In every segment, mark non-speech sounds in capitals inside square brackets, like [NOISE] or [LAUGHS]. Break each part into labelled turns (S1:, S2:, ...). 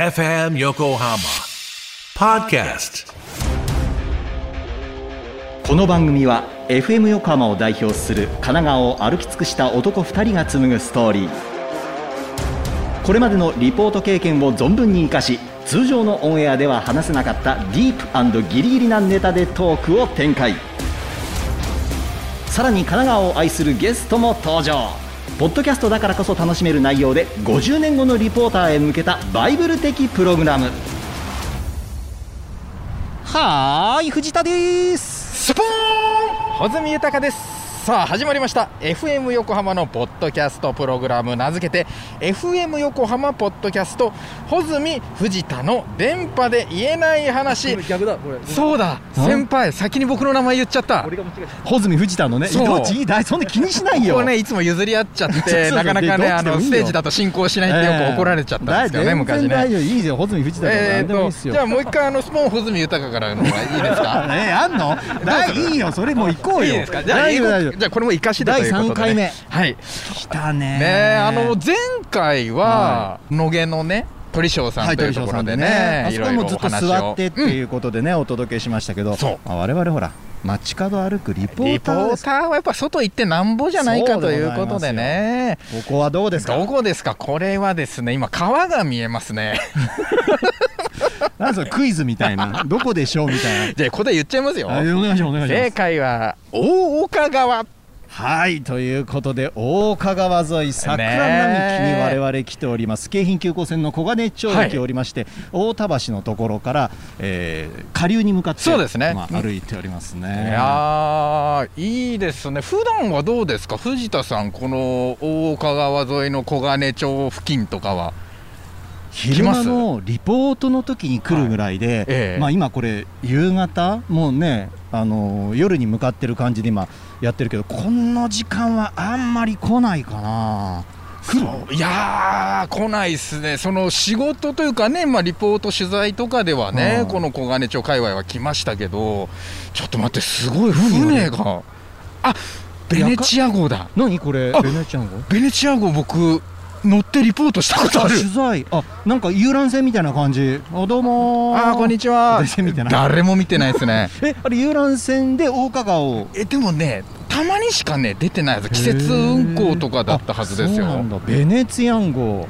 S1: FM Yokohama Podcast
S2: この番組は FM 横浜を代表する神奈川を歩き尽くした男2人が紡ぐストーリーこれまでのリポート経験を存分に生かし通常のオンエアでは話せなかったディープギリギリなネタでトークを展開さらに神奈川を愛するゲストも登場ポッドキャストだからこそ楽しめる内容で50年後のリポーターへ向けたバイブル的プログラムはーい藤田です
S3: スポーン穂積豊ですさあ始まりました FM 横浜のポッドキャストプログラム名付けて FM 横浜ポッドキャスト穂積藤田の電波で言えない話
S4: 逆だこれ
S3: そうだ先輩先に僕の名前言っちゃっ
S4: が
S3: た
S4: 間違え
S2: 穂積藤田のね、
S3: そう
S2: どっちいいだいそんな気にしないよ。
S3: これねいつも譲り合っちゃ
S2: [LAUGHS]
S3: っ
S2: そうそう
S3: て
S2: そう
S3: なかなか
S2: で
S3: ねあ
S2: どっ
S3: の
S2: ちでもいいよ
S3: ステージだと進行しない
S2: え
S3: っ
S2: え、
S3: てよく怒られちゃったんですけどね
S2: だ
S3: 昔
S2: 全然大
S3: ね
S2: 丈夫、いいですよ、穂積藤田
S3: え
S2: でも
S3: ー
S2: 何でもいい
S3: と
S2: ですよ。
S3: じゃあもう一回あのスポーン穂積豊からの方がいいですか
S2: えーあ
S3: [LAUGHS]
S2: んのだいいよ、それもう行こう
S3: いい
S2: よ。
S3: ですかじゃあ
S2: [LAUGHS] 大
S3: 英
S2: 丈夫、大丈
S3: 語
S2: 夫。
S3: じゃあこれも生かしでということで、
S2: 第
S3: ね、
S2: 三回目
S3: はい
S2: 来たね。
S3: ねあの、前回は
S2: は
S3: 野毛のね鳥翔さ
S2: は
S3: ん
S2: い、
S3: とい
S2: 鳥翔
S3: うとこ
S2: さ
S3: ろ
S2: ん
S3: で
S2: で
S3: ね、
S2: ね。あ
S3: い
S2: そ
S3: ろ
S2: こ
S3: いろ
S2: も
S3: お
S2: ずっと
S3: 話を
S2: 座ってっていうことでね、お届けしましたけど、
S3: そう
S2: まあ我々ほら、街角歩くリポ
S3: リ
S2: ー
S3: ポ
S2: ターで
S3: ー
S2: す
S3: ターはやっぱ外行ってなんぼじゃないかということでね
S2: ここはどうですか
S3: どこですかこれはですね今川が見えますね
S2: な
S3: [LAUGHS]
S2: んかそれクイズみたい
S3: [LAUGHS]
S2: な。どこでしょうみたい
S3: じゃあここで言っちゃいますよ
S2: な。あお願いします、お願いします
S3: 正。解は大岡川
S2: はいということで大岡川沿い桜並木に我々来ております、京浜急行線の小金町
S3: は
S2: 駅
S3: い
S2: おりまして、大田橋のところから、えー下流に向かって
S3: そうですね
S2: まあ、歩いております
S3: い
S2: ね。
S3: やーいいですね普段はどうですか藤田さんこの大岡川沿いの小金町付近とかは
S2: 昼間のリポートの時に来るぐらいで、
S3: ええ
S2: まあ、今これ夕方もうね、あのー夜に向かってる感じで今やってるけどこの時間はあんまり来ないかな来る
S3: いやー、来ないですね、その仕事というかね、まあ、リポート、取材とかではね、
S2: うん
S3: この小金町界隈は来ましたけど、ちょっと待って、すごい船が、あベネチア号だ、
S2: 何これ
S3: あ
S2: ベネちゃんが
S3: ベネチア号、僕、乗ってリポートしたことある
S2: 取。材あなんか遊覧船みたいな感じあどうも
S3: あーこんにちは
S2: 全然見てない
S3: [LAUGHS] 誰も見てないですね
S2: えあれ遊覧船で大川川を
S3: えでもねたまにしかね出てないはず季節運行とかだったはずですよ
S2: あそうなんだベネツィアン号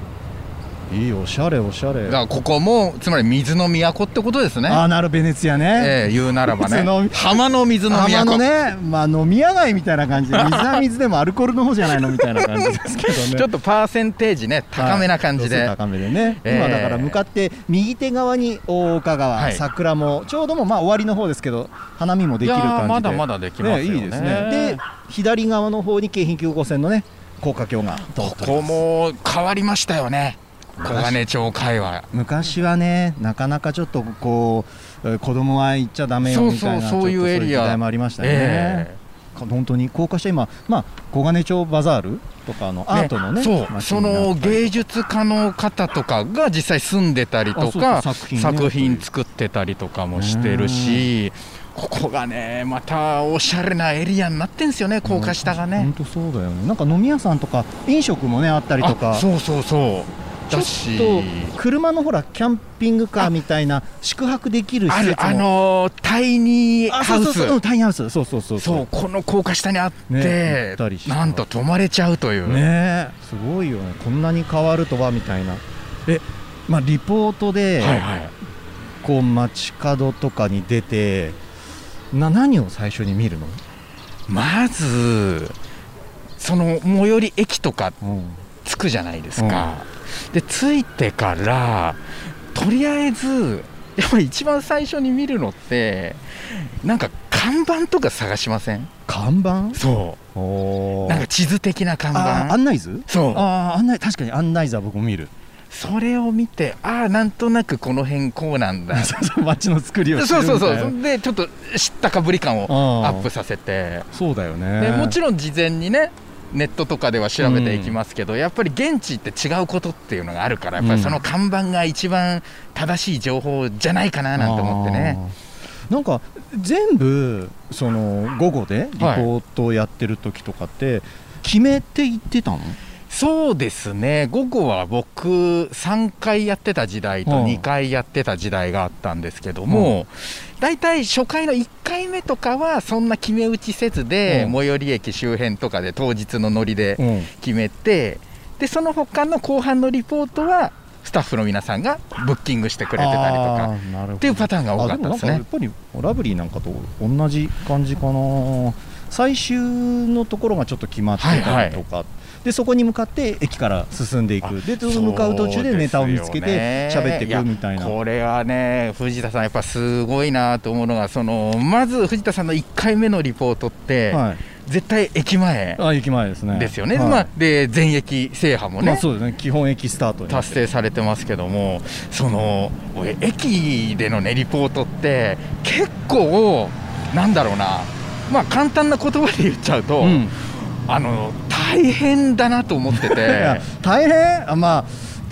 S2: いいおしゃれおしゃれ
S3: だからここもつまり水の都ってことですね
S2: あーなるベネツィアね、
S3: ええ言うならば
S2: 水の
S3: ね浜の水の都
S2: 浜のね、まあ、飲み屋街みたいな感じで水は水でもアルコールの方じゃないのみたいな感じですけどね
S3: ちょっとパーセンテージね、高めな感じで。
S2: はい度数高めでね、
S3: えー
S2: 今だから向かって右手側に大岡川、
S3: はい
S2: 桜もちょうどもまあ終わりの方ですけど花見もできる
S3: いや
S2: 感じ
S3: ー
S2: で
S3: まだまだできますよね
S2: いいですねで左側の方に京浜急行線のね高架橋が通っております
S3: ここも変わりましたよね。小金町会話。
S2: 昔はねなかなかちょっとこうえー子供は行っちゃダメよみたいな
S3: そうそうそうい
S2: ち
S3: う
S2: ょっと
S3: エリア
S2: 時代もありましたよね、
S3: え
S2: 本当に高架下今、まあ、小金町バザールとかのアートのね
S3: そう、
S2: 街
S3: そ
S2: にな
S3: の
S2: ったり
S3: 芸術家の方とかが実際住んでたりとか、
S2: あそうそう作品ね
S3: 作品作ってたりとかもしてるし、ここがね、またおしゃれなエリアになってんすよね、高架下がね
S2: 本。当そうだよねなんか飲み屋さんとか飲食もねあったりと
S3: あ
S2: か
S3: そうそうそう。だし
S2: ちょっと車のほらキャンピングカーみたいな宿泊できる施
S3: あ
S2: 設
S3: る
S2: も
S3: あのータイニー
S2: あ
S3: ハ
S2: そう
S3: ウ
S2: そう
S3: ス
S2: そううんタイニーハウスそうそうそう
S3: そうこの高架下にあって、
S2: ね行ったりして
S3: なんと泊まれちゃうという、
S2: ねえすごいよねこんなに変わるとはみたいなえまあリポートで、
S3: はいはい
S2: こう街角とかに出てな何を最初に見るの、
S3: まずその最寄り駅とか
S2: うん
S3: 着くじゃないですか、で着いてからとりあえずやっぱり一番最初に見るのってなんか看板とか探しません
S2: 看板
S3: そ
S2: お
S3: う
S2: ー
S3: なんか地図的な看
S2: あー
S3: 板
S2: 案内図
S3: そう
S2: あー案内確かに案内図は僕も見る
S3: それを見てああなんとなくこの辺こうなんだ
S2: そうそう街の作りを知る
S3: そう
S2: みたいな
S3: そうそうでちょっと知ったかぶり感を
S2: うん
S3: アップさせて
S2: そうだよね
S3: でもちろん事前にねネットとかでは調べていきますけど、やっぱり現地って違うことっていうのがあるからやっぱりその看板が一番正しい情報じゃないかななんて思ってね、
S2: あーなんか全部その午後でリポートをやってる時とかって決めて行ってたの、
S3: そうですね午後は僕3回やってた時代と
S2: うん
S3: 2回やってた時代があったんですけども、大体初回の1回目とかはそんな決め打ちせずで、
S2: うん
S3: 最寄り駅周辺とかで当日のノリで
S2: うん
S3: 決めて、でその他の後半のリポートはスタッフの皆さんがブッキングしてくれてたりと
S2: あ
S3: か
S2: ーなるほど
S3: っていうパターンが多かったですね
S2: あもなんかやっぱりラブリーなんかと同じ感じかな最終のところがちょっと決まってたりとか、でそこに向かって駅から進んでいくでその向かう途中でネタを見つけて
S3: そうですよね
S2: 喋っていくみたいな
S3: やこれはね藤田さんやっぱすごいなと思うのがそのまず藤田さんの1回目のリポートって、
S2: はい、
S3: 絶対駅前
S2: あ駅前ですね
S3: ですよね、
S2: はい
S3: まあ、で全駅制覇もね、
S2: まあそうですね基本駅スタートになって
S3: 達成されてますけどもその俺駅でのねリポートって結構なんだろうなまあ簡単な言葉で言っちゃうと、
S2: うん
S3: あの大変だなと思って
S2: [LAUGHS] いや
S3: て
S2: 大変あまあ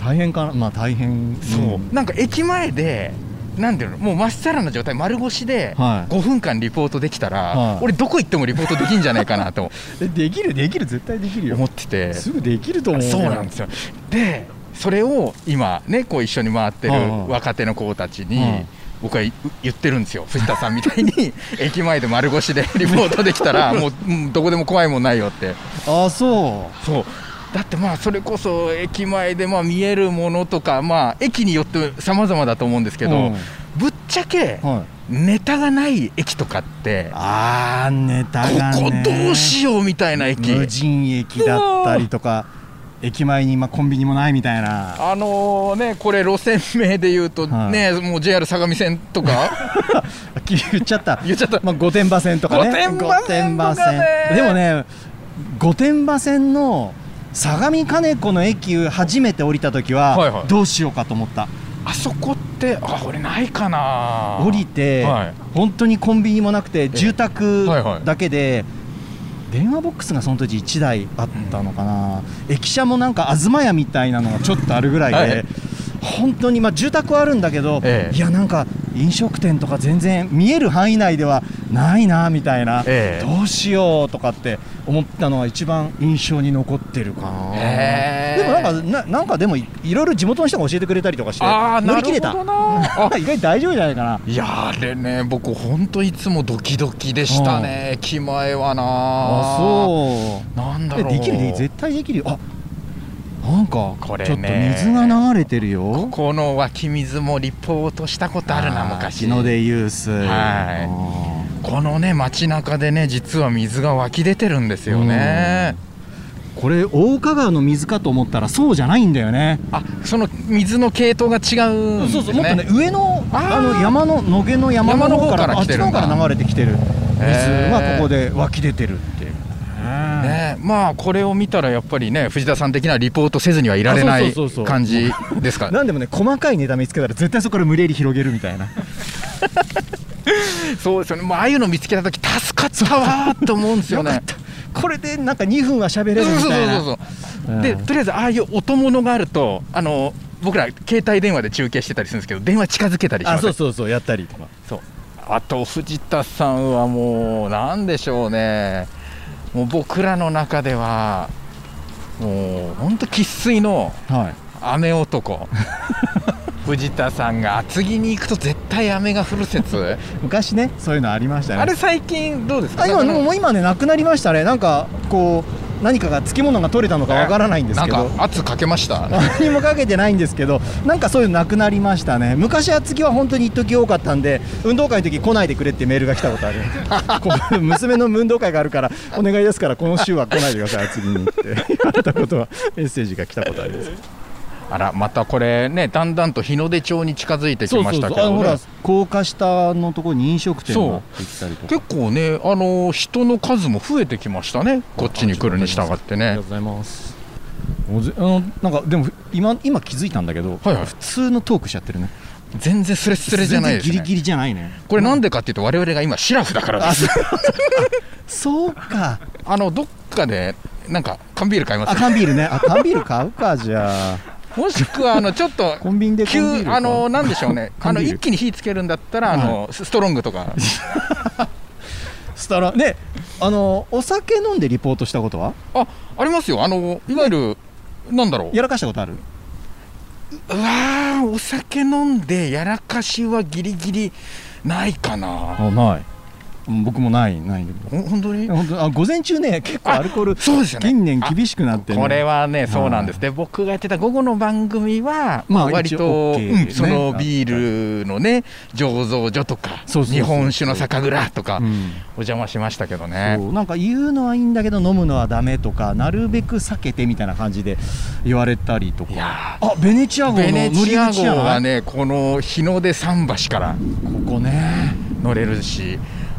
S2: 大変かなまあ大変
S3: そう、
S2: ん
S3: なんか駅前でなんていうのもうまっさらな状態丸腰で
S2: はい
S3: 5分間リポートできたら、
S2: はい
S3: 俺どこ行ってもリポートできんじゃないかなと
S2: えできるできる絶対できるよ
S3: 思って
S2: [LAUGHS]
S3: て
S2: すぐできると思う
S3: そうなんですよでそれを今ねこう一緒に回ってる
S2: うんうん
S3: 若手の子たちに、
S2: うん
S3: 僕は言言ってるんですよ藤田さんみたいに
S2: [LAUGHS]
S3: 駅前で丸腰でリポートできたらもううんどこでも怖いもんないよって
S2: あそう
S3: そうだってまあそれこそ駅前でまあ見えるものとかまあ駅によって様々だと思うんですけど、
S2: うん
S3: ぶっちゃけ
S2: はい、
S3: ネタがない駅とかって
S2: あーネタが
S3: ここ
S2: ね
S3: どうしようみたいな駅
S2: 無人駅だったりとか駅前に今コンビニもないみたいな
S3: あのねこれ路線名で言うと
S2: はい
S3: ね、もう JR 相模線
S2: [LAUGHS]
S3: とか
S2: 言っちゃった
S3: 言っちゃった
S2: まあ、御殿場線とかね
S3: 御殿場線とかね
S2: 御殿場線でもね御殿場線の相模金子の駅初めて降りた時は、
S3: はいはい
S2: どうしようかと思った
S3: あそこってあ俺ないかな
S2: 降りて、
S3: はい
S2: 本当にコンビニもなくて住宅
S3: はいはい
S2: だけで、電話ボックスがその時1台あったのかな、駅舎もなんか東屋みたいなのがちょっとあるぐらいで、
S3: はい
S2: 本当に、まあ、住宅はあるんだけど、
S3: ええ
S2: いやなんか飲食店とか全然見える範囲内ではないなみたいな、
S3: ええ
S2: どうしようとかって思ったのは一番印象に残ってるかな、
S3: へえ
S2: でもなんかななんかでもいいろいろ地元の人が教えてくれたりとかして
S3: あー
S2: 乗り切れた
S3: なるほどな
S2: [LAUGHS]
S3: あ
S2: 意外と大丈夫じゃないかない
S3: やあれね僕ほんといつもドキドキでしたね駅前はな
S2: あそう
S3: うなんだ
S2: え
S3: ろう
S2: できるで絶対できるよあなんか
S3: これね
S2: ちょっと水が流れてるよ
S3: この湧き水もリポートしたことあるな
S2: ー
S3: 昔
S2: 日の出ユース
S3: はいこのね街中でね実は水が湧き出てるんですよね
S2: いこれ大川川の水かと思ったらそうじゃないんだよね
S3: あその水の系統が違うんです、ね、
S2: そうそうもっとね上の
S3: あー
S2: あの山の野毛の山
S3: 山の
S2: の
S3: 方
S2: 方
S3: か
S2: かららあ
S3: 来
S2: ってち
S3: る
S2: の
S3: ん
S2: 方
S3: だ
S2: から流れてきてる水がここで湧き出てるっていうね
S3: ね、まあこれを見たらやっぱりね藤田さん的なリポートせずにはいられな
S2: あ
S3: い
S2: そうそうそうそう
S3: 感じですか
S2: なんでもね細かいネタ見つけたら絶対そこから無理やり広げるみたい [LAUGHS] な
S3: そうですよねもうああいうの見つけた時助かったわーと思うんですよね
S2: これでなんか2分は喋れ
S3: そう
S2: るみ
S3: そう
S2: たいな
S3: そうそう
S2: うん
S3: でとりあえずああいう音物があるとあの僕ら携帯電話で中継してたりするんですけど電話近づけたりしま
S2: あ
S3: す
S2: そうそうそうやったりとか
S3: そうあと藤田さんはもう何でしょうねもう僕らの中ではもう本当生粋の
S2: はい
S3: 雨
S2: [LAUGHS]
S3: 男藤田さんが厚木に行くと絶対雨が降る説
S2: 昔ねそういうのありましたね
S3: あれ最近どうですか
S2: あ今
S3: なんか
S2: もう今ねなくなりましたねなんかこう何かが漬物が取れたのかわからないんですけ
S3: な
S2: ど
S3: んか圧かけました
S2: [LAUGHS] 何もかけてないんですけどなんかそういうのなくなりましたね昔は次は本当に一時多かったんで運動会の時来ないでくれってメールが来た
S3: [LAUGHS]
S2: ことあるこう娘の運動会があるからお願いですからこの週は来ないでください次にって言われたことはメッセージが来たことあります
S3: あらまたこれねだんだんと日の出町に近づいてき
S2: そうそ
S3: ま
S2: う
S3: し
S2: そ
S3: た
S2: う
S3: け
S2: あの
S3: ど
S2: ほら
S3: ね
S2: 高架下のところに飲食店
S3: そ
S2: が
S3: う
S2: できたりとか
S3: 結構ねあの人の数も増えてきましたねこっちに来るに従っ
S2: あ
S3: て
S2: り
S3: ね
S2: がとうございます。おぜあのなんかでも今今気づいたんだけど、
S3: はいはい
S2: 普通のトークしちゃってるね。
S3: 全然スレスレじゃないです
S2: 全然ギ
S3: ね
S2: リギリじゃないね。
S3: これなんでかっていうと我々が今シラフだからです
S2: [LAUGHS] そうか。
S3: あのどっかでなんか缶ビール買いま
S2: あ
S3: す
S2: 缶ビールね。あ缶ビール買うかじゃあ。
S3: もしくはあのちょっと
S2: コンビニで缶ビール
S3: 急
S2: 買う
S3: あのなんでしょうね
S2: [LAUGHS]
S3: あ
S2: 缶
S3: の
S2: ビール
S3: 一気に火つけるんだったらあのストロングとか
S2: スタラねあのお酒飲んでリポートしたことは？
S3: あありますよあのいわゆるなんだろう
S2: やらかしたことある
S3: うわーお酒飲んでやらかしはギリギリないかな
S2: あないうん僕もないないんだけど
S3: ほ本当に
S2: いや本当あ午前中ね結構アルコール
S3: そうですよね
S2: 近年厳しくなってね
S3: これはねそうなんですで僕がやってた午後の番組は、
S2: ま
S3: ま
S2: あ
S3: あ、割
S2: 一応
S3: と、
S2: OK
S3: うん
S2: ね
S3: そのビールのね醸造所とか
S2: そうそうそう
S3: 日本酒の酒蔵とか、
S2: うん
S3: お邪魔しましたけどね
S2: そうなんか言うのはいいんだけど飲むのはダメとかなるべく避けてみたいな感じで言われたりと
S3: い
S2: か
S3: や
S2: あベネチア
S3: ー
S2: 号の
S3: ベネチ
S2: 乗
S3: ア
S2: り口
S3: 号
S2: やな
S3: はねこの日の出桟橋から
S2: ここね
S3: 乗れるし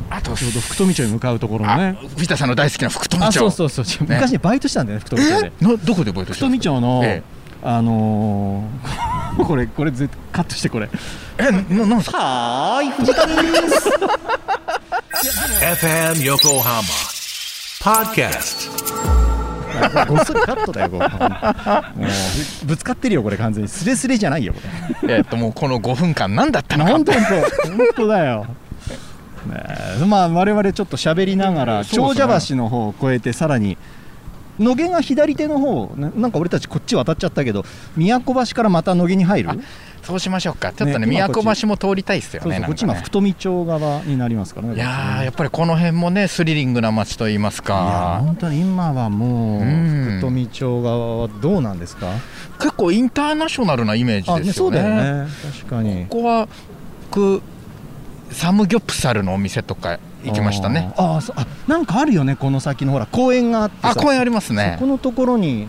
S3: あと
S2: ちょうど福富町に向かうところの
S3: あ
S2: ね
S3: 藤田さんの大好きな福富
S2: あ
S3: 町
S2: そうそうそうそう
S3: ね
S2: 昔ねバイトしたんだよね福富町
S3: え
S2: で
S3: のどこで覚えてる
S2: 福富町の
S3: え
S2: あのー [LAUGHS] これこれ絶対カットしてこれ
S3: えななんすか
S2: はーい藤田です
S1: FM Yokohama Podcast.
S2: [LAUGHS] ごっそりカットだよこれもうぶつかってるよこれ完全にスレスレじゃないよこれ
S3: えっともうこの5分間何だったのか
S2: 本当本当本当だ [LAUGHS] よ。ねえまあ我々ちょっと喋りながら
S3: そう
S2: 長
S3: ですね
S2: 者橋の方を越えてさらに野毛が左手の方ななんか俺たちこっち渡っちゃったけど宮古橋からまた野毛に入る
S3: あそうしましょうかちょっ
S2: ね
S3: とね
S2: 今
S3: 宮
S2: こっち
S3: 古橋も通りたいっすよ
S2: そう
S3: ね
S2: そう
S3: な
S2: こっ
S3: ん
S2: ち
S3: かね
S2: 今福富町側になりますからね
S3: いやーや
S2: や
S3: っぱりこの辺もねスリリングな街といいますか
S2: 本当に今はもう
S3: うん
S2: 福富町側はどうなんですか
S3: 結構インターナショナルなイメー
S2: あ
S3: ジ
S2: ね
S3: です
S2: そ
S3: よ
S2: う
S3: ね
S2: だよね確かに
S3: ここは僕サムギョプサルのお店とか行きましたね
S2: あーあーそうあなんかあるよねこの先のほら公園があってさ
S3: あ公園ありますね
S2: そこのところに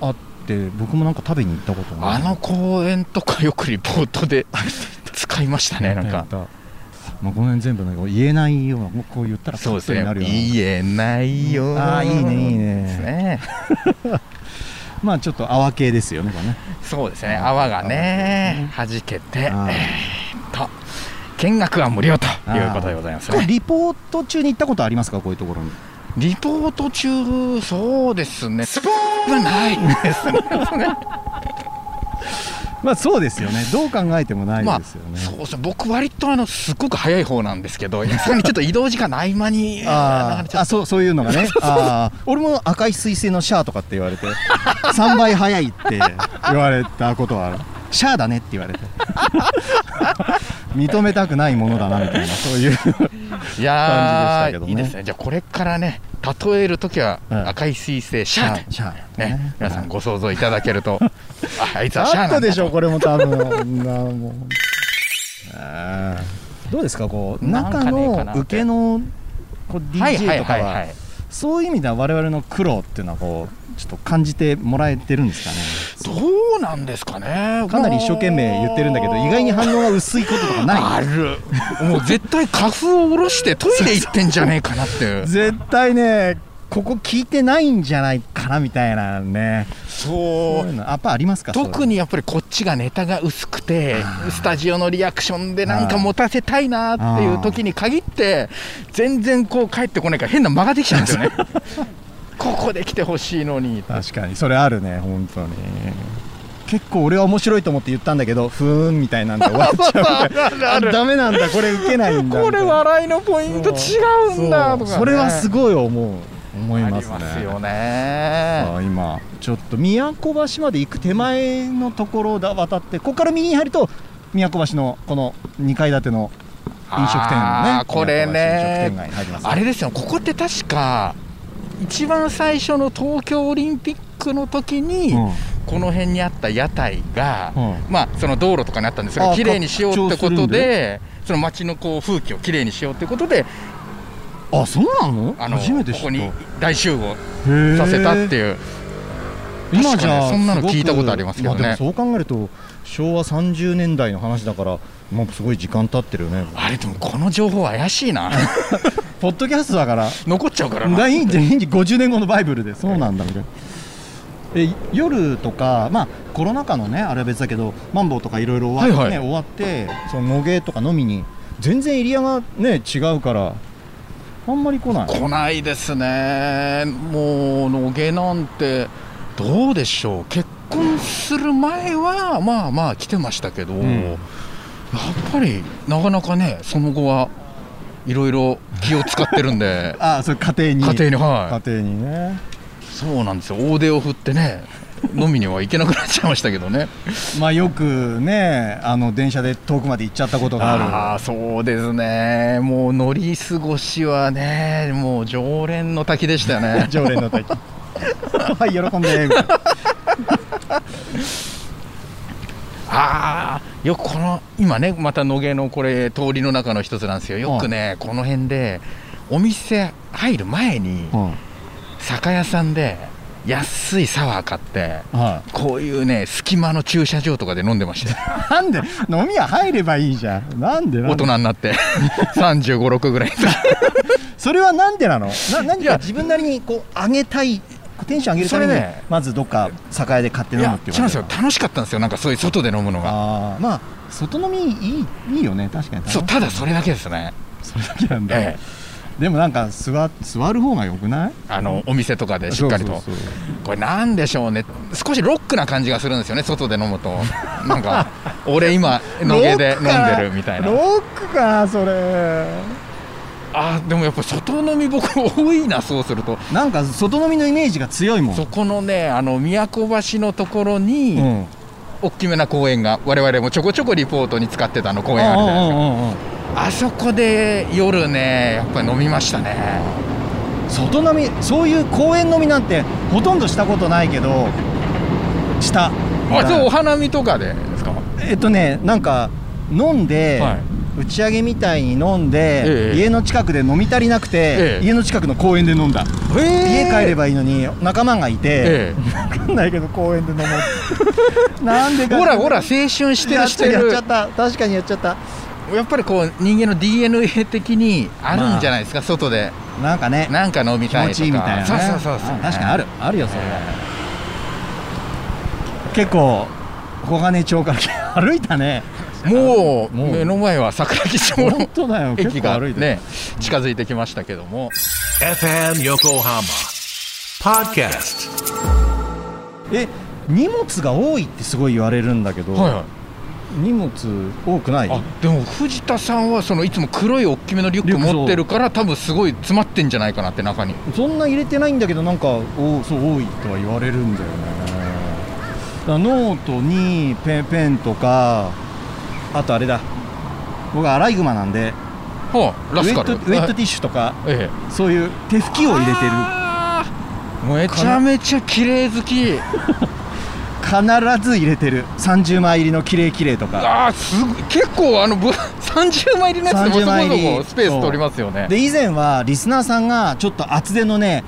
S2: あって僕もなんか食べに行ったことが
S3: あ
S2: る
S3: の公園とかよくリポートで使いましたねなん
S2: やっ
S3: か
S2: たやったまあ、この辺全部なんか言えないようなもうこう言ったら
S3: そうです
S2: カッ
S3: ね
S2: トになるような
S3: 言えないよ
S2: あーいいねいいね
S3: ですね
S2: まあちょっと泡系ですよねこれね
S3: そうですね泡がね弾けて
S2: あー
S3: と見学は無料ということでございます
S2: これ
S3: ね
S2: リポート中に行ったことありますかこういうところに
S3: リポート中そうですねスポーンない
S2: [LAUGHS]
S3: ですね
S2: まあそうですよねどう考えてもな
S3: ま
S2: い
S3: あ
S2: ですよね、
S3: そうそう僕割とあのすごく早い方なんですけどさすがにちょっと移動時間の合間に
S2: [LAUGHS] あ
S3: なかなか
S2: ーあそうそういうの
S3: [LAUGHS]
S2: がねあー俺も赤い彗星のシャアとかって言われて3倍早いって言われたことはあるシャアだねって言われて [LAUGHS] 認めたくないものだなみたいなそう
S3: [LAUGHS]
S2: いう
S3: いや
S2: 感じでしたけど
S3: ー
S2: ね
S3: いいですねじゃあこれからね例える時は
S2: うん
S3: 赤い彗星シ
S2: シ
S3: ャー
S2: ャアシャアだ
S3: ね皆さんご想像いただけ
S2: [LAUGHS]
S3: るとああいつはシ
S2: あ
S3: ャー
S2: っ
S3: な
S2: た
S3: んだ
S2: でしょこれも多
S3: [LAUGHS]
S2: 分なあもうあーどうですかこう
S3: なんか
S2: 中
S3: ねえか
S2: の
S3: なって
S2: 受けのこう
S3: はいはい
S2: DJ とか
S3: はいは
S2: はいそういう意味では我々の苦労っていうのはこうちょっと感じてもらえてるんですかね
S3: どうなんですかね
S2: かなり一生懸命言ってるんだけど意外に反応が薄いこととか
S3: あ
S2: ない
S3: るもう絶対花粉を下ろしてトイレ行ってんじゃねえかなっていう
S2: 絶対ねここ聞いてないんじゃないかなみたいなね
S3: そ
S2: [LAUGHS] そういうのやっぱありますか
S3: 特にやっぱりこっちがネタが薄くてスタジオのリアクションでなんか持たせたいなっていう時に限って全然こう帰ってこないから変な間ができちゃうんです
S2: [LAUGHS]
S3: よねここで来てほしいのに
S2: 確かにそれあるね本当に結構俺は面白いと思って言ったんだけどふーんみたいなんで終わっちゃう
S3: [LAUGHS]
S2: みたいなあダメなんだこれ受けないんだ
S3: これ
S2: みたいな
S3: 笑いのポイント違うんだとか、ね、
S2: そうそれはす
S3: ごい
S2: ごい思う思い
S3: あり
S2: ますね
S3: ますよね
S2: あ今ちょっと宮古橋まで行く手前のところだ渡ってここから右に入ると宮古橋のこの2階建ての飲食店の
S3: あ
S2: ね
S3: ーこれ
S2: 宮古橋の飲食
S3: ね
S2: 店街に入ります
S3: あれですよここって確か一番最初の東京オリンピックの時に、
S2: うん
S3: この辺にあった屋台が、
S2: う
S3: まあその道路とかにあったんですが
S2: あ
S3: 綺麗にしようってこ
S2: 拡張する
S3: と
S2: ん
S3: でその街のこう風景を綺麗にしようってことで
S2: あそうなの
S3: あの
S2: 初めて知
S3: こ
S2: った
S3: こに大集合
S2: へー
S3: させたっていう
S2: 今じ
S3: 確か
S2: ゃ
S3: に
S2: あ
S3: そんなの
S2: すごく
S3: 聞いたことありますけどね
S2: あでもそう考えると昭和30年代の話だからもうすごい時間経ってるよね
S3: あれでもこの情報怪しい
S2: [LAUGHS]
S3: な
S2: ポッドキャストだから
S3: 残っちゃうからな
S2: 大い50年後のバイブルでそうなんだみたいな。え夜とか、まあ、コロナ禍のねあれは別だけどマンボウとかいろいろ終わって、ね
S3: はいは
S2: 終わってその野毛とか飲みに全然エリアがね違うからあんまり来ない
S3: 来ないですねもう野毛なんてどうでしょう結婚する前はまあまあ来てましたけど、
S2: ん
S3: やっぱりなかなかねその後はいろいろ気を使ってるんで
S2: [LAUGHS] あそれ家庭に
S3: 家庭にはい
S2: 家庭にね [LAUGHS]
S3: そうなんですよ大手を振ってね飲みには行けなくなっちゃいましたけどね。
S2: まあよくねあの電車で遠くまで行っちゃったことがある
S3: ああそうですねもう乗り過ごしはねもう常連の滝でしたよ
S2: [LAUGHS]
S3: ね
S2: 常連の時はい喜んでみたいな
S3: ああよくこの今ねまた野毛のこれ通りの中の一つなんですよよくね、この辺でお店入る前に、酒屋さんで安いサワー買って
S2: は
S3: こういうね隙間の駐車場とかで飲んでましたよ
S2: いなんで飲み屋入ればいいじゃんなんでな
S3: 大
S2: んで
S3: 人にな
S2: [LAUGHS]
S3: って3 5 6ぐらいの時
S2: それはなんでなのな何
S3: い
S2: か
S3: や
S2: 自分なりにこう上げたいテンション上げるために、
S3: それね
S2: まずどっか酒屋で買って
S3: い
S2: 飲む
S3: や
S2: っていう
S3: 違うん
S2: 感
S3: で
S2: じ
S3: すよ楽しかったんですよなんかそういう外で飲むのが
S2: あーまあ外飲みいいいいよね確かに
S3: そうただそれだけですね
S2: それだけなんだ、
S3: ええ
S2: でもなんか座座る方がよくない
S3: あのお店とかでしっかりと
S2: そうそうそう
S3: これなんでしょうね少しロックな感じがするんですよね外で飲むと
S2: [LAUGHS]
S3: なんか俺今野毛で飲んでるみたいな
S2: ロックかなそれ
S3: あーでもやっぱ外飲み僕多いなそうすると
S2: なんか外飲みのイメージが強いもん
S3: そこのねあの宮古橋のところに、
S2: うん
S3: 大きめな公園が我々もちょこちょこリポートに使ってたあの公園あるじゃないですか
S2: うんうんうんうん
S3: あそこで夜ねやっぱり飲みましたね
S2: 外飲みそういう公園飲みなんてほとんどしたことないけどした
S3: あそうお花見とかでですか
S2: えっとねなんか飲んで、
S3: はい
S2: 打ち上げみたいに飲んで、
S3: ええ
S2: 家の近くで飲み足りなくて、
S3: ええ
S2: 家の近くの公園で飲んだ、家帰ればいいのに仲間がいて、
S3: え
S2: 分かんないけど公園で飲もう
S3: [LAUGHS]
S2: ってなんで
S3: え
S2: か
S3: ほらほら青春して
S2: や
S3: る
S2: っ
S3: し
S2: ち
S3: て
S2: ゃ
S3: る
S2: やっちゃった確かにやっちゃった
S3: やっぱりこう人間の DNA 的にあるんじゃないですか、外で
S2: なんかね
S3: なんか飲み
S2: 気
S3: たいとか
S2: 持ちいいみたいな、ね、
S3: そうそうそうそう
S2: あ確かにあるあるよそれは、結構小金井町から歩いたね
S3: もう
S2: もう
S3: 目の前は桜木町
S2: 本
S3: の
S2: 当だよ
S3: 駅
S2: 結構
S3: が
S2: 歩いて、
S3: ね近づいてきましたけども
S1: FM Yokohama Podcast.
S2: え荷物が多いってすごい言われるんだけど、
S3: はいはい
S2: 荷物多くない
S3: あでも藤田さんはそのいつも黒い大きめのリュッ
S2: リ
S3: ク
S2: ュックそう
S3: 持ってるから多分すごい詰まってんじゃないかなって中に
S2: そんな入れてないんだけどなんかおそう多いとは言われるんだよねだからノートにペンペンとかあとあれだ僕アライグマなんで
S3: はあ
S2: ウ
S3: ラ
S2: ェ
S3: スカ
S2: ット
S3: ル
S2: ウェットテ
S3: あ
S2: ィッシュとか
S3: え
S2: そういう手拭きを入れてる
S3: えめちゃめちゃ綺麗好き
S2: 必ず入れてる30枚入りのキレイキレイとか
S3: あーすごい結構あのぶ [LAUGHS] 30枚入りのやつでもそこそこスペース取りますよね
S2: で以前はリスナーさんがちょっと厚手のね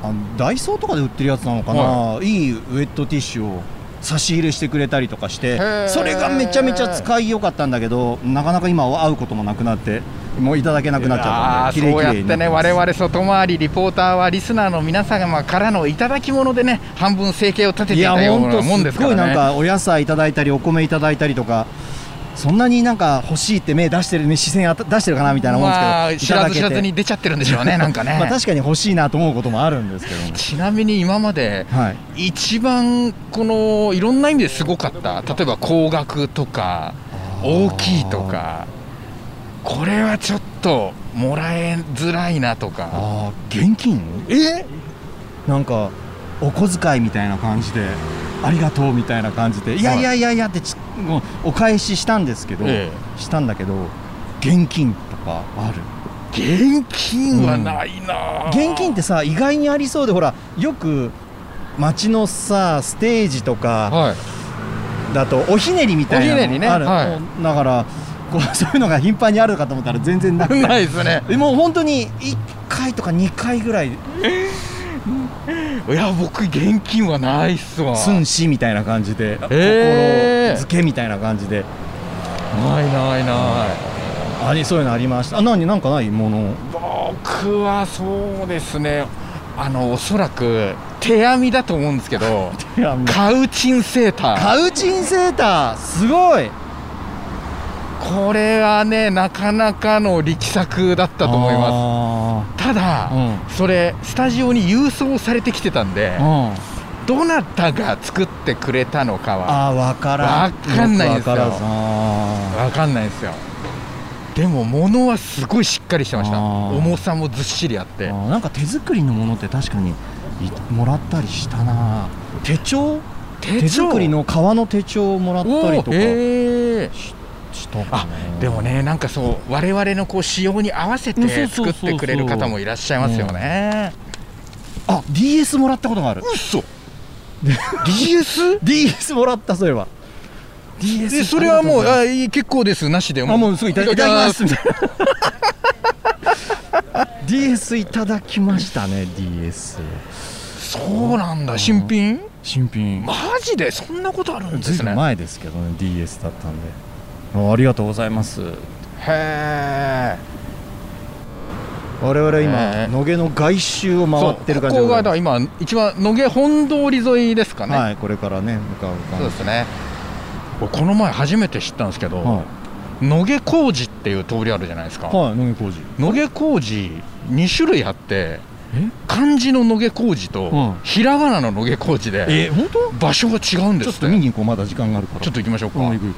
S2: あのダイソーとかで売ってるやつなのかな、い、いウェットティッシュを差し入れしてくれたりとかして
S3: ー
S2: それがめちゃめちゃ使いよかったんだけどなかなか今は会うこともなくなってもういただけなくなっちゃ
S3: あ
S2: った
S3: ー
S2: んで
S3: そうやっ
S2: に
S3: てね、
S2: な
S3: 我
S2: てます
S3: 々外回り、リポーターはリスナーの皆様からのいただき物でね、半分生計を立ててい
S2: いや
S3: たよう
S2: 本
S3: な
S2: 当
S3: もんですす
S2: ご
S3: か
S2: いなん
S3: ら
S2: か
S3: ね。
S2: お野菜いただいたりお米いただいたりとかそんなになんか欲しいって目出してるね視線あた出してるかなみたいなもん
S3: まあ、
S2: です
S3: 知
S2: けど、いた
S3: ら
S2: だ
S3: ず
S2: け
S3: 知
S2: て
S3: らずに出ちゃってるんでしょうね、なんか
S2: [LAUGHS]
S3: ね。
S2: まあ確かに欲しいなと思うこともあるんです
S3: [LAUGHS]
S2: けども
S3: ちなみに今まで、
S2: はい
S3: 一番このいろんな意味ですごかった、例えば高額とか、大きいとか、これはちょっともらえづらいなとか、
S2: あー現金えなんかお小遣いみたいな感じでありがとうみたいな感じでいやいやいやいやってちもうお返ししたんですけど、
S3: え
S2: したんだけど現金とかある
S3: 現金はないな、
S2: 現金ってさ意外にありそうでほらよく街のさステージとか
S3: はい、
S2: だとおひねりみたいなの
S3: おひねりね
S2: ある、
S3: は
S2: だからこう [LAUGHS] そういうのが頻繁にあるかと思ったら全然なくて
S3: ない [LAUGHS] ですね。
S2: えもう本当に1回とか2回ぐらい
S3: いや、僕、現金はないっすわ。
S2: 寸志みたいな感じで心
S3: へー
S2: づけみたいな感じで
S3: ないないない。
S2: ありそういうのありましたあ何なんかないもの
S3: 僕はそうですね、あの、おそらく、手編みだと思うんですけ
S2: [LAUGHS]
S3: ど、
S2: いやもう
S3: カウチンセーター。
S2: カウチンセーターすごい
S3: これはね、なかなかの力作だったと思います。
S2: ま
S3: ただ、
S2: うん
S3: それ、スタジオに郵送されてきてたんで、
S2: うん
S3: どなたが作ってくれたのかは、
S2: あーわからん
S3: わかんないんですよ
S2: くわからずあー
S3: わかんないんですよ。でも、物はすごいしっかりしてました。
S2: あー
S3: 重さもずっしりあって。
S2: あーなんか手作りのものって確かにいもらったりしたな手帳
S3: 手
S2: 手作りの革の手帳をもらったりと
S3: おー
S2: か
S3: へー
S2: したか
S3: あ
S2: な
S3: でもねなんかそう我々のこう仕様に合わせ
S2: うんそう
S3: て
S2: そう
S3: 作
S2: そうそう
S3: ってくれる方もいらっしゃいますよね。
S2: あ DS もらったことがある
S3: うそ DS?
S2: DS もらったそういえば DS
S3: でそれはもう
S2: あ
S3: あいい結構ですなしで
S2: あもうすぐいただいただき [LAUGHS] ますみ
S3: い
S2: たいな DS いただきましたね DS
S3: そうなんだ新品
S2: 新品
S3: マジでそんなことあるんで
S2: ずい
S3: す
S2: ぶん
S3: ね
S2: 前ですけどね DS だったんであありがとうございます
S3: へえ
S2: 我々
S3: え
S2: 今
S3: え
S2: 野毛の外周を回ってる感じ
S3: こ
S2: で
S3: こ
S2: ござ
S3: が
S2: いま
S3: だ
S2: す
S3: 今一番野毛本通り沿いですかね、
S2: はいこれからね向かう
S3: そう
S2: 感
S3: ですね僕この前初めて知ったんですけど、
S2: じは
S3: 野毛工事っていう通りあるじゃないですか、
S2: いはい野毛工事
S3: 野毛工事2種類あって
S2: え
S3: 漢字の野毛工事と
S2: うん
S3: ひらがなの野毛工事で
S2: え本当
S3: 場所が違うんで
S2: ちょ
S3: すっ
S2: ってと見に行こうまだ時間があるから
S3: ちょっと行きましょうか、
S2: うん行
S3: こ
S2: く行く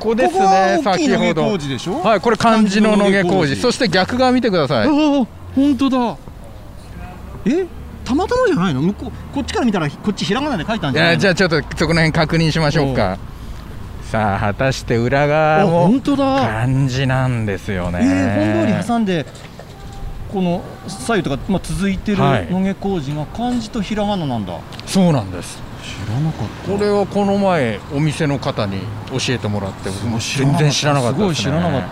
S3: こです
S2: ここ
S3: ね
S2: が大きい
S3: 先
S2: 野毛
S3: ほど
S2: 工事でしょ
S3: はいこれ漢字
S2: 漢
S3: の野毛
S2: 字の野毛
S3: 工
S2: 工
S3: 事
S2: 事
S3: そして逆側見てください
S2: ああ本当だえたまたまじゃないの向こうこっちから見たらこっちひらがなで書いたん
S3: い
S2: じゃな
S3: や
S2: いの
S3: じゃあちょっとそこの辺確認しましょうかさあ果たして裏側
S2: あ
S3: も
S2: 本当だ
S3: 漢字なんですよね
S2: えー、本通り挟んでこの左右とか、まあ、続いてる
S3: はい
S2: 野毛工事が漢字とひらがななんだ知
S3: そうなんです
S2: らなかった
S3: これはこの前お店の方に教えてもらって僕も全然知らなかった
S2: すご
S3: で
S2: い
S3: す
S2: 知
S3: ね
S2: らなかった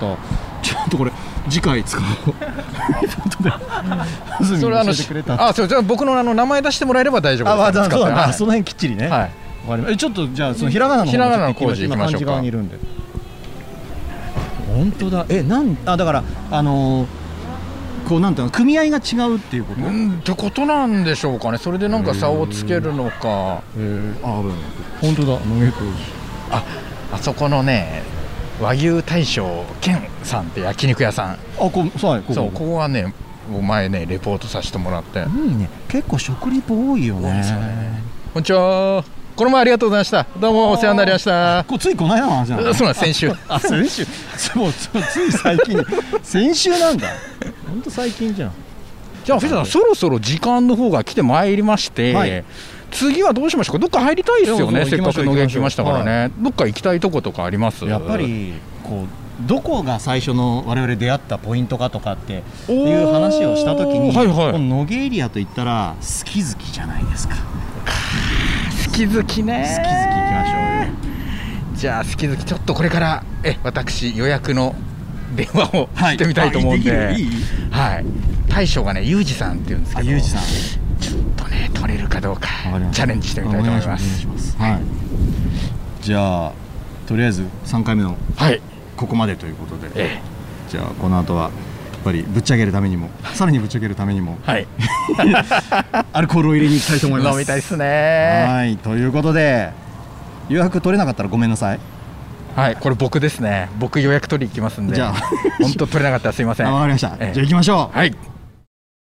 S2: ちょっとこれ次回使
S3: [LAUGHS]
S2: おうということで
S3: それはあの
S2: 安住に教えてくれた
S3: あそうじゃあ僕のあの名前出してもらえれば大丈夫
S2: あ、まあ、そうだな、
S3: です
S2: そ
S3: 使っ
S2: の辺きっちりね。
S3: てはいは
S2: わ
S3: い
S2: かりましたえちょっとじゃあそのひらがなの
S3: ひらがなの
S2: 方もちょっと
S3: 工事行き
S2: 今
S3: ましょうか
S2: 漢字側にいるんで。本当だ。え、なんあだからあのーこうなんていうの組合が違うっていうこと。
S3: う
S2: え
S3: んってことなんでしょうかねそれでなんか差をつけるのか
S2: ー、あ、危ない。本当だ。野毛工事。
S3: あそこのね和牛大将健さんって焼肉屋さん
S2: あ、こう、そう、こ
S3: そうここはねもう前ねレポートさせてもらって
S2: いいね。結構食リポ多いよ
S3: 多いですよ
S2: ね。
S3: こんにちはこの前ありがとうございましたどうもお世話になりました
S2: こうついこの間の話じゃな
S3: う
S2: い
S3: ん。そうなんです先週
S2: あ、先週。そう、そうつい最
S3: [LAUGHS]
S2: 近。先週なんだ。本当最近じゃん。
S3: じゃあ藤田さんそろそろ時間の方が来てまいりまして、
S2: はい
S3: 次はどうしましょうかどっか入りたいですよ
S2: い
S3: ね
S2: やもう
S3: せっかく
S2: 行
S3: 野
S2: き
S3: 毛
S2: まし
S3: 来
S2: ょう
S3: ましたからね、どっか行きたいとことかあります
S2: やっぱりこうどこが最初の我々出会ったポイントかとかって
S3: おー
S2: いう話をした時に、
S3: はいはい
S2: この野毛エリアといったら好き好きじゃないですか好
S3: 好き好きね
S2: き好き行きましょうよ
S3: じゃあ好き好きちょっとこれからえ私予約の電話を
S2: はい
S3: してみたいと思うんで,、
S2: あ
S3: はい
S2: いいいい
S3: 大将がねユージさんって言うんですけ
S2: あ
S3: ど
S2: ゆうじさん
S3: ちょっとね取れるかどうか
S2: わかりま
S3: チャレンジしてみたいと思いま
S2: お願い
S3: す
S2: しますお願いしますはいじゃあとりあえず3回目の
S3: はい
S2: ここまでということで、
S3: え
S2: じゃあこの後はやっぱりぶっちゃけるために
S3: [LAUGHS]
S2: もさらにぶっちゃけるためにも
S3: えはい
S2: アルコールを入れに行きたいと思います
S3: 飲みたいですね
S2: はいということで予約取れなかったらごめんなさい
S3: はい、これ僕ですね。僕予約取り行きますんで。
S2: じゃあ
S3: 本当取れなかったらすいません。
S2: あわかりました、
S3: ええ
S2: じゃあ行きましょう
S3: はい。